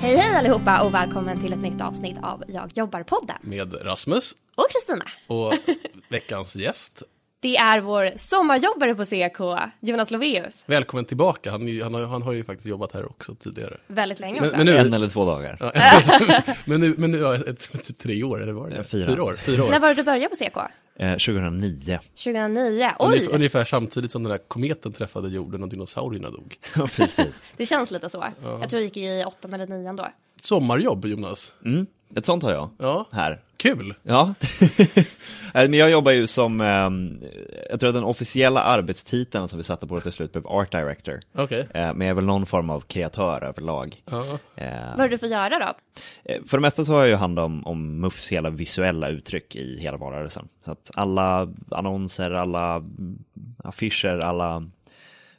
Hej hej allihopa och välkommen till ett nytt avsnitt av Jag jobbar-podden. med Rasmus Och Kristina. och veckans gäst. Det är vår sommarjobbare på CK, Jonas Loveus. Välkommen tillbaka, han, är ju- han, har, han har ju faktiskt jobbat här också tidigare. Väldigt länge Men, också. men, En nu, eller två dagar. men, nu, men nu har jag ett, typ tre år, eller var det? Ja, fyra. Fyra år. Fyra När år. var det du började på CK? Eh, 2009. 2009. Ungef- Oj, Ungefär samtidigt som den där kometen träffade jorden och dinosaurierna dog. Ja, precis. det känns lite så. Jag tror jag gick i åttan eller nian då. Sommarjobb, Jonas. Mm, ett sånt har jag. Ja, Här. kul. Ja. Nej, Men jag jobbar ju som, ehm, jag tror att den officiella arbetstiteln som vi satte på det till slut blev Art Director. Okej. Eh, Men jag är väl någon form av kreatör överlag. Ja. Eh, Vad är det du får göra då? Eh, För det mesta så har jag ju hand om, om MUFs hela visuella uttryck i hela valrörelsen. Så att alla annonser, alla mm, affischer, alla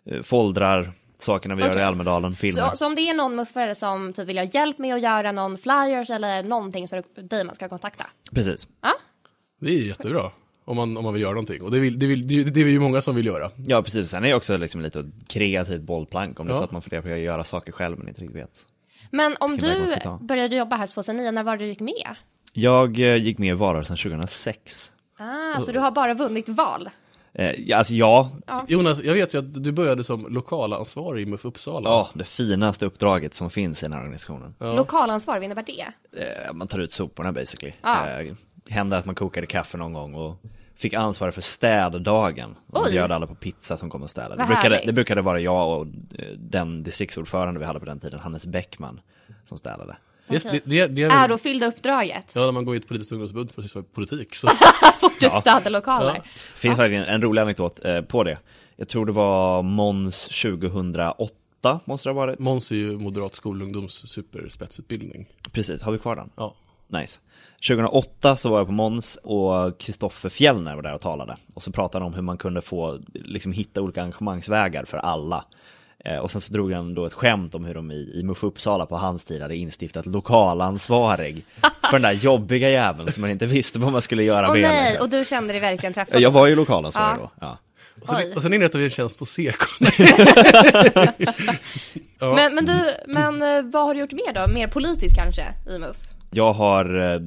eh, foldrar, sakerna vi gör Okej. i Almedalen, filmer. Så, så om det är någon muffare som typ vill ha hjälp med att göra någon flyers eller någonting så är det dig man ska kontakta. Precis. Ja, Det är jättebra. Om man, om man vill göra någonting. Och det, vill, det, vill, det, är- det är ju många som vill göra. Ja, precis. Sen är det också liksom lite ett kreativt bollplank om det Ja. är så att man funderar på att göra saker själv men inte riktigt vet. men om Vilken väg man du ska ta. började jobba här 2009, när var det du gick med? Jag eh, gick med i valrörelsen 2006. Ah, så du har bara vunnit val? Eh, ja, alltså ja, Jonas, jag vet ju att du började som lokalansvarig i MUF Uppsala. ja, det finaste uppdraget som finns i den här organisationen. Lokalansvar, vad innebär det? Eh, man tar ut soporna basically. Ja. Eh, hände att man kokade kaffe någon gång och fick ansvar för städdagen. Och Oj. bjöd alla på pizza som kom och städade. Det Vad brukade, härligt. det brukade vara jag och eh, den distriktsordförande vi hade på den tiden, Hannes Bäckman, som städade. Just det, det, det är väl- Ärofyllda uppdraget. Ja, när man går in på politiskt ungdomsförbund för att syssla med politik. Så. Fort du stöter lokaler. Det finns verkligen en rolig anekdot eh, på det. Jag tror det var Måns 2008 måste det ha varit. Måns är ju moderat skolungdoms superspetsutbildning. Precis, har vi kvar den? Ja. Nice. 2008 så var jag på Måns och Kristoffer Fjellner var där och talade. Och så pratade de om hur man kunde få, liksom hitta olika engagemangsvägar för alla. Eh, Och sen så drog han då ett skämt om hur de i, i MUF Uppsala på hans tid hade instiftat lokalansvarig för den där jobbiga jäveln som man inte visste vad man skulle göra Åh med. nej, och du kände dig verkligen träffad. Jag var ju Ja. lokalansvarig då. Ja. Och sen, Oj. och sen inrättade vi en tjänst på SEK. ja. Men, men, du, men eh, vad har du gjort mer då? Mer politiskt kanske i MUF? Jag har eh,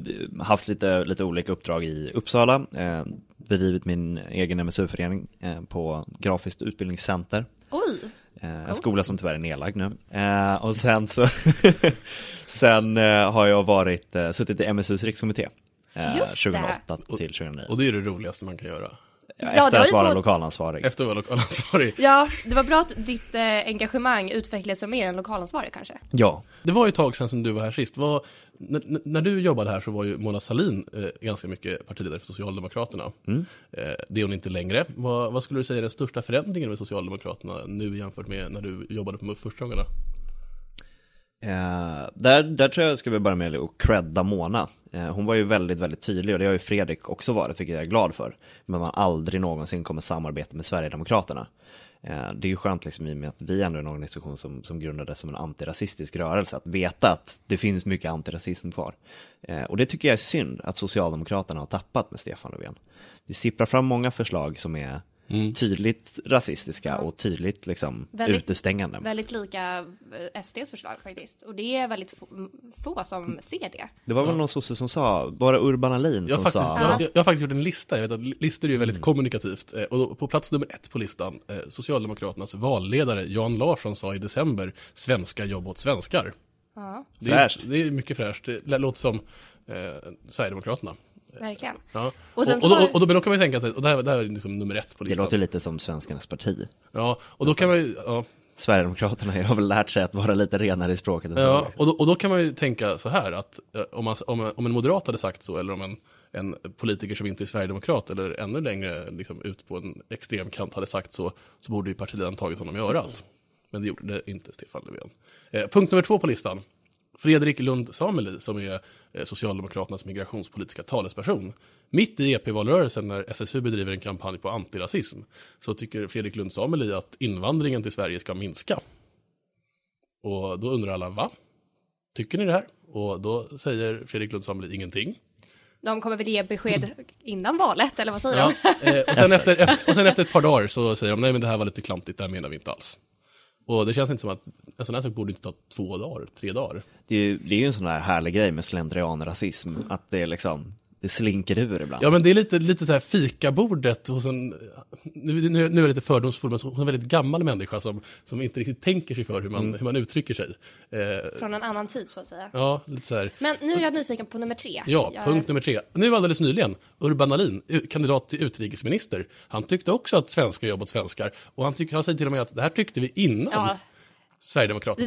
haft lite, lite olika uppdrag i Uppsala, eh, bedrivit min egen MSU-förening eh, på Grafiskt utbildningscenter, Oj, eh, en skola som tyvärr är nedlagd nu. Eh, och sen så sen eh, har jag varit, eh, suttit i MSUs rikskommitté. Eh, Just det. 2008 till 2009. Och det är det roligaste man kan göra. Ja, Efter det var ju att vara på- lokalansvarig. Efter att vara lokalansvarig. ja det var bra att ditt eh, engagemang utvecklades som mer än lokalansvarig kanske. Ja, Det var ju ett tag sedan som du var här sist. Vad- n- n- när du jobbade här så var ju Mona Sahlin eh, ganska mycket partiledare för Socialdemokraterna. Eh, det är hon inte längre. Vad, vad skulle du säga är den största förändringen med Socialdemokraterna nu jämfört med när du jobbade på MUF första gångerna? Eh, där, där tror jag ska vi börja med att credda Mona. Eh, hon var ju väldigt, väldigt tydlig och det har ju Fredrik också varit, vilket jag är glad för. Men man aldrig någonsin kommer samarbeta med Sverigedemokraterna. Eh, det är ju skönt liksom i och med att vi ändå är en organisation som, som grundades som en antirasistisk rörelse, att veta att det finns mycket antirasism kvar. Eh, och det tycker jag är synd att Socialdemokraterna har tappat med Stefan Löfven. Det sipprar fram många förslag som är tydligt rasistiska och tydligt liksom Väldigt- utestängande. Väldigt lika eh, SDs förslag faktiskt. Och det är väldigt få, få som ser det. Det var väl någon sosse som sa, var det Urban Ahlin Jag har, som faktiskt, sa? Mm. jag, jag har faktiskt gjort en lista, jag vet att li- listor är ju väldigt kommunikativt. Eh, Och då, på plats nummer ett på listan, eh, Socialdemokraternas valledare Jan Larsson sa i december, svenska jobb åt svenskar. Ja, Det är, Fräscht. det är mycket fräscht, det lä- låter som eh, Sverigedemokraterna. verkligen. Ja. Och, Och sen och, så då- var det- och, då, men då kan man ju tänka sig, och det här, det här är liksom nummer ett på Det listan. låter lite som svenskarnas parti. Ja, och då kan man ju, ja, Sverigedemokraterna har väl lärt sig att vara lite renare i språket än ja, så. och, då, och då kan man ju tänka så här att eh, om, man, om, om en moderat hade sagt så, eller om en, en politiker som inte är sverigedemokrat, eller ännu längre liksom, ut på en extremkant hade sagt så, så borde ju partiledaren tagit honom i örat. Men det gjorde det inte Stefan Löfven. Eh, punkt nummer två på listan. Fredrik Lund Sameli, som är eh, Socialdemokraternas migrationspolitiska talesperson. Mitt i EP-valrörelsen när SSU bedriver en kampanj på antirasism så tycker Fredrik Lund Sameli att invandringen till Sverige ska minska. Och då undrar alla, va? Tycker ni det här? Och då säger Fredrik Lund Sameli ingenting. De kommer väl ge besked innan valet, eller vad säger Ja, de? eh, och, sen efter, och sen efter ett par dagar så säger de, nej men det här var lite klantigt, det här menar vi inte alls. Och det känns inte som att en sån här sak borde inte ta två dagar, tre dagar. Det är ju, det är ju en sån där härlig grej med slentrianrasism, att det är liksom, det slinker ur ibland. Ja men det är lite, lite så här fikabordet hos en, nu, nu, nu är jag lite fördomsfull, men hos en väldigt gammal människa som, som inte riktigt tänker sig för hur man, hur man uttrycker sig. Eh, Från en annan tid så att säga. ja, lite så här. Men nu är jag nyfiken på nummer tre. Ja, jag... punkt nummer tre. Nu alldeles nyligen, Urban Ahlin, u- kandidat till utrikesminister, han tyckte också att svenskar jobb åt svenskar. Och han, tyck, han säger till och med att det här tyckte vi innan Ja, Sverigedemokraterna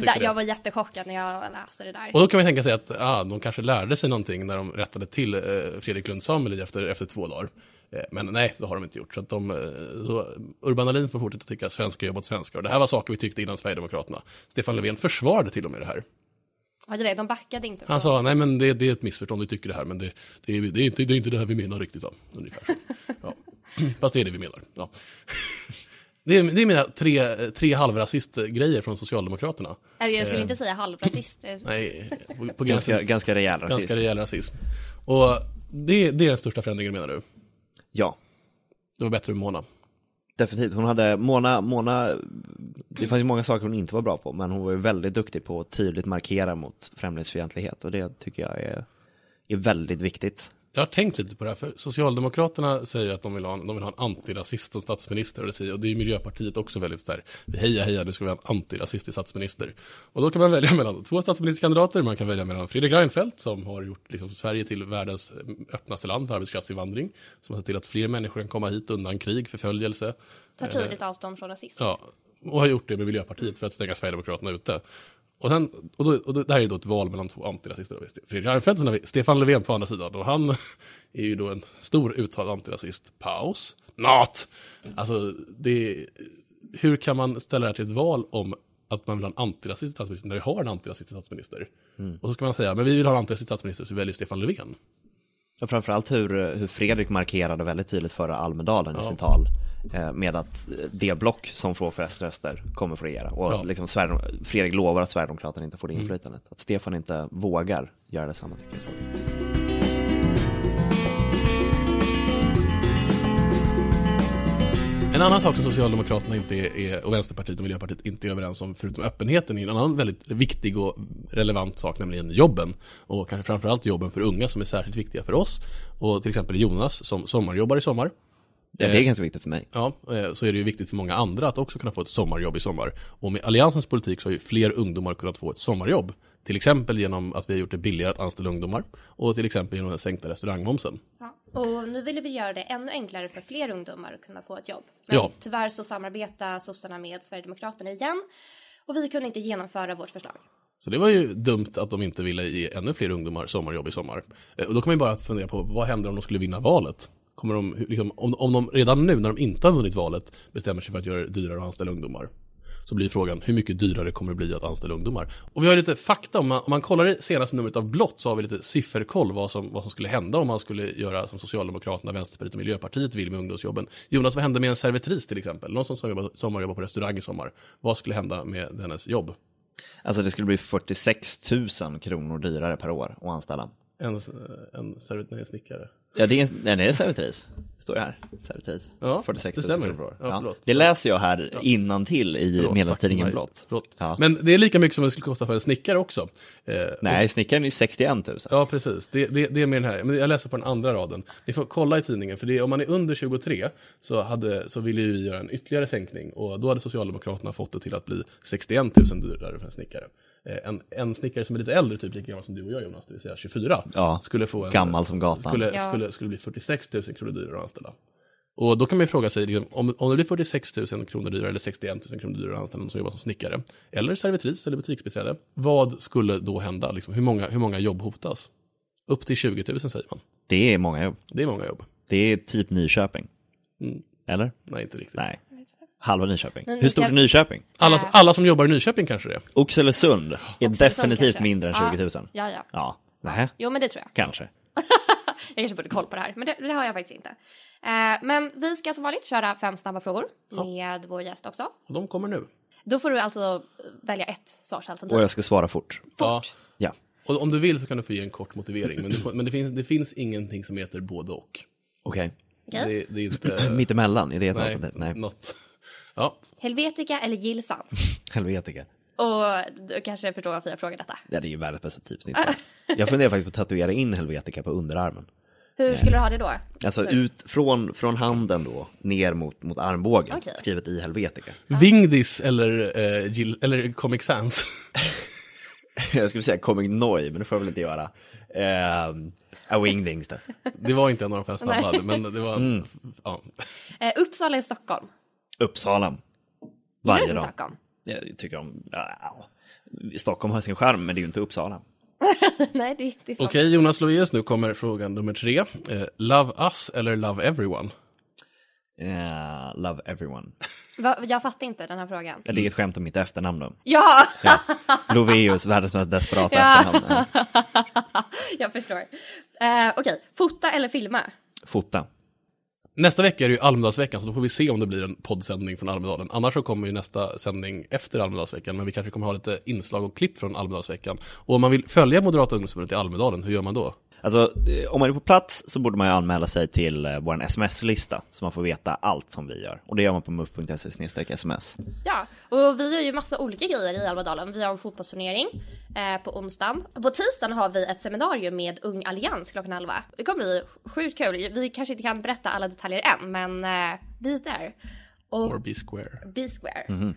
det tyckte där, det. jag var jättechockad när jag läste det där. Och då kan man tänka sig att ah, de kanske lärde sig någonting när de rättade till eh, Fredrik Lundh Sammeli efter, efter två dagar. Eh, men nej, det har de inte gjort. Så, att de, eh, så Urban Ahlin får fortsätta tycka att svenskar jobb åt svenskar. Och det här var saker vi tyckte innan Sverigedemokraterna. Stefan Löfven försvarade till och med det här. Ja, du vet, de backade inte. Han från- sa, nej men det, det är ett missförstånd, vi tycker det här, men det, det, är, det, är, inte, det är inte det här vi menar riktigt va? Ungefär så. Ja. Fast det är det vi menar. Ja. Det, är, det är mina tre, tre halvrasistgrejer från Socialdemokraterna. Eller Alltså, jag skulle Eh. inte säga halvrasist. eh, Det är- Nej, på, på gränsen, Ganska, ganska, ganska rejäl rasism. ganska rejäl rasism. Och det, det är den största förändringen menar du? Ja, Det var bättre med Mona. definitivt. Hon hade, Mona, Mona, det fanns ju många saker hon inte var bra på, men hon var ju väldigt duktig på att tydligt markera mot främlingsfientlighet och det tycker jag är, är väldigt viktigt. Jag har tänkt lite på det här, för Socialdemokraterna säger ju att de vill ha en, de vill ha en antirasist som statsminister. Och det, säger, och det är Miljöpartiet också väldigt där. Heja, heja, nu ska vi ha en antirasist till statsminister. Och då kan man välja mellan två statsministerkandidater. Man kan välja mellan Fredrik Reinfeldt, som har gjort liksom, Sverige till världens eh, öppnaste land för arbetskraftsinvandring. Som har sett till att fler människor kan komma hit undan krig, förföljelse. Tar Eh, tydligt avstånd från rasism. Ja, och har gjort det med Miljöpartiet för att stänga Sverigedemokraterna ute. Och, sen, och, då, och då, det här är då ett val mellan två antirasister. då. Fredrik Reinfeldt och sen har vi Stefan Löfven på andra sidan. Och han är ju då en stor uttalad antirasist. Paus. Not! Alltså, det är, hur kan man ställa det här till ett val om att man vill ha en antirasistisk statsminister när vi har en antirasistisk statsminister? Och så ska man säga, men vi vill ha en antirasistisk statsminister så vi väljer Stefan Löfven. Och framförallt hur, hur Fredrik markerade väldigt tydligt förra Almedalen i sin tal eh, med att det block som får flest röster kommer få regera. Och Ja. Mm. liksom Sverigedem- Fredrik lovar att Sverigedemokraterna inte får det inflytandet. Att Stefan inte vågar göra detsamma. Tycker jag. En annan sak som Socialdemokraterna inte är, är, och Vänsterpartiet och Miljöpartiet inte är överens om, förutom öppenheten, är en annan väldigt viktig och relevant sak, nämligen jobben. Och kanske framförallt jobben för unga som är särskilt viktiga för oss. Och till exempel Jonas som sommarjobbar i sommar. Ja, det är ganska viktigt för mig. Ja, eh, så är det ju viktigt för många andra att också kunna få ett sommarjobb i sommar. Och med Alliansens politik så har ju fler ungdomar kunnat få ett sommarjobb. Till exempel genom att vi har gjort det billigare att anställa ungdomar och till exempel genom den sänkta restaurangmomsen. Ja. Och nu ville vi göra det ännu enklare för fler ungdomar att kunna få ett jobb. Men Ja. tyvärr så samarbetar sossarna med Sverigedemokraterna igen. Och vi kunde inte genomföra vårt förslag. Så det var ju dumt att de inte ville ge ännu fler ungdomar sommarjobb i sommar. Eh, Och då kan man ju bara fundera på vad händer om de skulle vinna valet? Kommer de, hur- liksom, om, om de redan nu när de inte har vunnit valet bestämmer sig för att göra det dyrare att anställa ungdomar. Så blir frågan hur mycket dyrare kommer det bli att anställa ungdomar? Och vi har lite fakta, om man, om man kollar i senaste numret av Blått så har vi lite sifferkoll vad som, vad som skulle hända om man skulle göra som Socialdemokraterna, Vänsterpartiet och Miljöpartiet vill med ungdomsjobben. Jonas, vad hände med en servitris till exempel? Någon som sommarjobbar, sommarjobbar på restaurang i sommar. Vad skulle hända med hennes jobb? Alltså det skulle bli 46 000 kronor dyrare per år att anställa. En, en servit, nej, en snickare. Ja, det är, en- nej, det är servitris. Står det här. Servitris. Ja, 46 det 000 stämmer. kronor per år. Ja, förlåt. Det läser jag här innantill i Förlåt, Medeltidningen fucking Blått. Förlåt. Ja. Men det är lika mycket som det skulle kosta för en snickare också. Eh, Nej, snickaren är ju 61 000. Ja, precis. Det, det, det är med den här. Men jag läser på den andra raden. Ni får kolla i tidningen, för det, är- om man är under 23 så, hade, så ville ju vi göra en ytterligare sänkning och då hade Socialdemokraterna fått det till att bli 61 000 dyrare för en snickare. Eh, En, en snickare som är lite äldre, typ lika gammal som du och jag Jonas, det vill säga 24, Ja, skulle få en... gammal som gatan. Skulle, Ja. skulle, skulle bli 46 000 kronor dyrare att anställa. Och då kan man ju fråga sig, liksom, om, om det blir 46 000 kronor dyrare eller 61 000 kronor dyrare att anställa någon som jobbar som snickare, eller servitris eller butiksbiträde, vad skulle då hända? Liksom, hur, många, hur många jobb hotas? Upp till 20 000 säger man. Det är många jobb. Det är många jobb. Det är typ Nyköping. Mm. Eller? Nej, inte riktigt. Nej. Halva Nyköping. Men Hur vi stort kan- är Nyköping? Alla, alla som jobbar i Nyköping kanske det är. Oxelösund är definitivt kanske. mindre än 20 000. Ja, ja. Ja, nej, Jo, men det tror jag. kanske. Jag kanske borde koll på det här, men det, det har jag faktiskt inte. Eh, men vi ska som vanligt köra fem snabba frågor med vår gäst också. Och de kommer nu. Då får du alltså välja ett svarsalternativ. Och jag ska svara fort. Ja. Fort. Ja. Och om du vill så kan du få ge en kort motivering, men, du får, men det, finns, det finns ingenting som heter både och. Okej. Okej. Det, det är inte... Mittemellan, är det ett nej, alternativ? Nej. något. Ja, Helvetica eller Gilsans? Helvetica. Och du kanske förstår varför jag frågar detta. Ja, det är ju världens bästa typsnitt. jag funderar faktiskt på att tatuera in helvetica på underarmen. Eh. Hur skulle du ha det då? Alltså ut från, från handen då, ner mot, mot armbågen, Okej. skrivet i helvetica. Vingdis eller, eh, Jill, eller Comic Sans. jag skulle säga Comic Noi, men det får jag väl inte göra. Ehm, A Wingdings då. Det var inte en av de fem snabba, Nej. hade, men det var... Mm. Ja. Eh, Uppsala i Stockholm. Uppsala. Gillar du Varje inte dag. Stockholm? Jag tycker om, ja, Stockholm har sin charm, men det är ju inte Uppsala. Nej, det är inte sant. Okej, Jonas Lovius, nu kommer frågan nummer tre. Eh, love us eller love everyone? Eh, love everyone. Va, jag fattar inte den här frågan. Det är ett skämt om mitt efternamn då. Ja, Loveus, världens mest desperata Ja. efternamn. Eh, jag förstår. Eh, Okej, fota eller filma? Fota. Nästa vecka är det ju Almedalsveckan, så då får vi se om det blir en poddsändning från Almedalen. Annars så kommer ju nästa sändning efter Almedalsveckan, men vi kanske kommer ha lite inslag och klipp från Almedalsveckan. Och om man vill följa Moderata ungdomsförbundet i Almedalen, hur gör man då? Alltså, eh, om man är på plats så borde man ju anmäla sig till eh, vår sms-lista så man får veta allt som vi gör. Och det gör man på muff.se sms. Ja, och vi gör ju massa olika grejer i Almedalen. Vi har en fotbollsturnering eh, på onsdagen. På tisdagen har vi ett seminarium med Ung Allians klockan 11. Det kommer bli sjukt kul. Vi kanske inte kan berätta alla detaljer än, men eh, vi är där. Och Or be square. B-square. Mhm.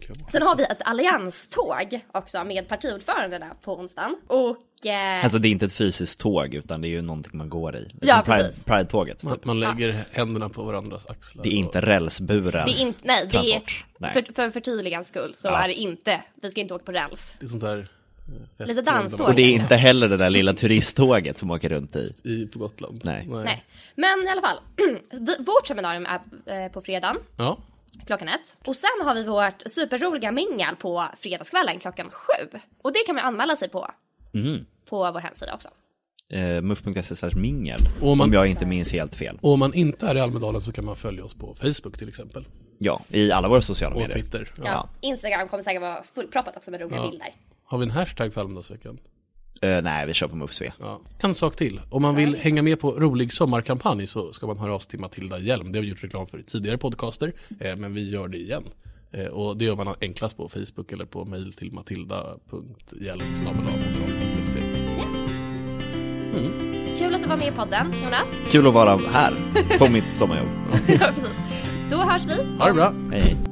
Kul. Sen har vi ett allianståg också med partiordförandena på onsdagen. Och eh, Alltså det är inte ett fysiskt tåg utan det är ju någonting man går i. Ja, Som Pride- precis. Pride-tåget. Man, man lägger händerna på varandras axlar. det är inte rälsburen. det är inte, nej, det är, Transport. Nej. För, för förtydligans skull så är det inte, vi ska inte åka på räls. Det är sånt där... eh, fest- Lite danståg. Och det är inte heller det där lilla turisttåget som åker runt i. I, på Gotland. Nej. Nej. Men i alla fall, vi- vårt seminarium är eh, på fredagen Ja. klockan ett. Och sen har vi vårt superroliga mingel på fredagskvällen klockan sju. Och det kan man anmäla sig på. På vår hemsida också. Eh, muff.se slash mingel. Och man- Om jag inte minns helt fel. Och om man inte är i Almedalen så kan man följa oss på Facebook till exempel. Ja, i alla våra sociala Och medier. Twitter. Ja. Ja. Instagram kommer säkert vara fullproppat också med roliga Ja. bilder. Har vi en hashtag för Almedalsveckan? Eh, nej, vi kör på muff Ja. En sak till. Om man vill hänga med på rolig sommarkampanj så ska man höra av sig till Matilda Hjelm. Det har vi gjort reklam för i tidigare podcaster, eh, men vi gör det igen. Eh, och det gör man enklast på Facebook eller på mejl till matilda.hjelm.se. Kul att du var med i podden Jonas. Kul att vara här på mitt sommarjobb. Ja, precis. Då hörs vi. Ha det bra! Hej, hej.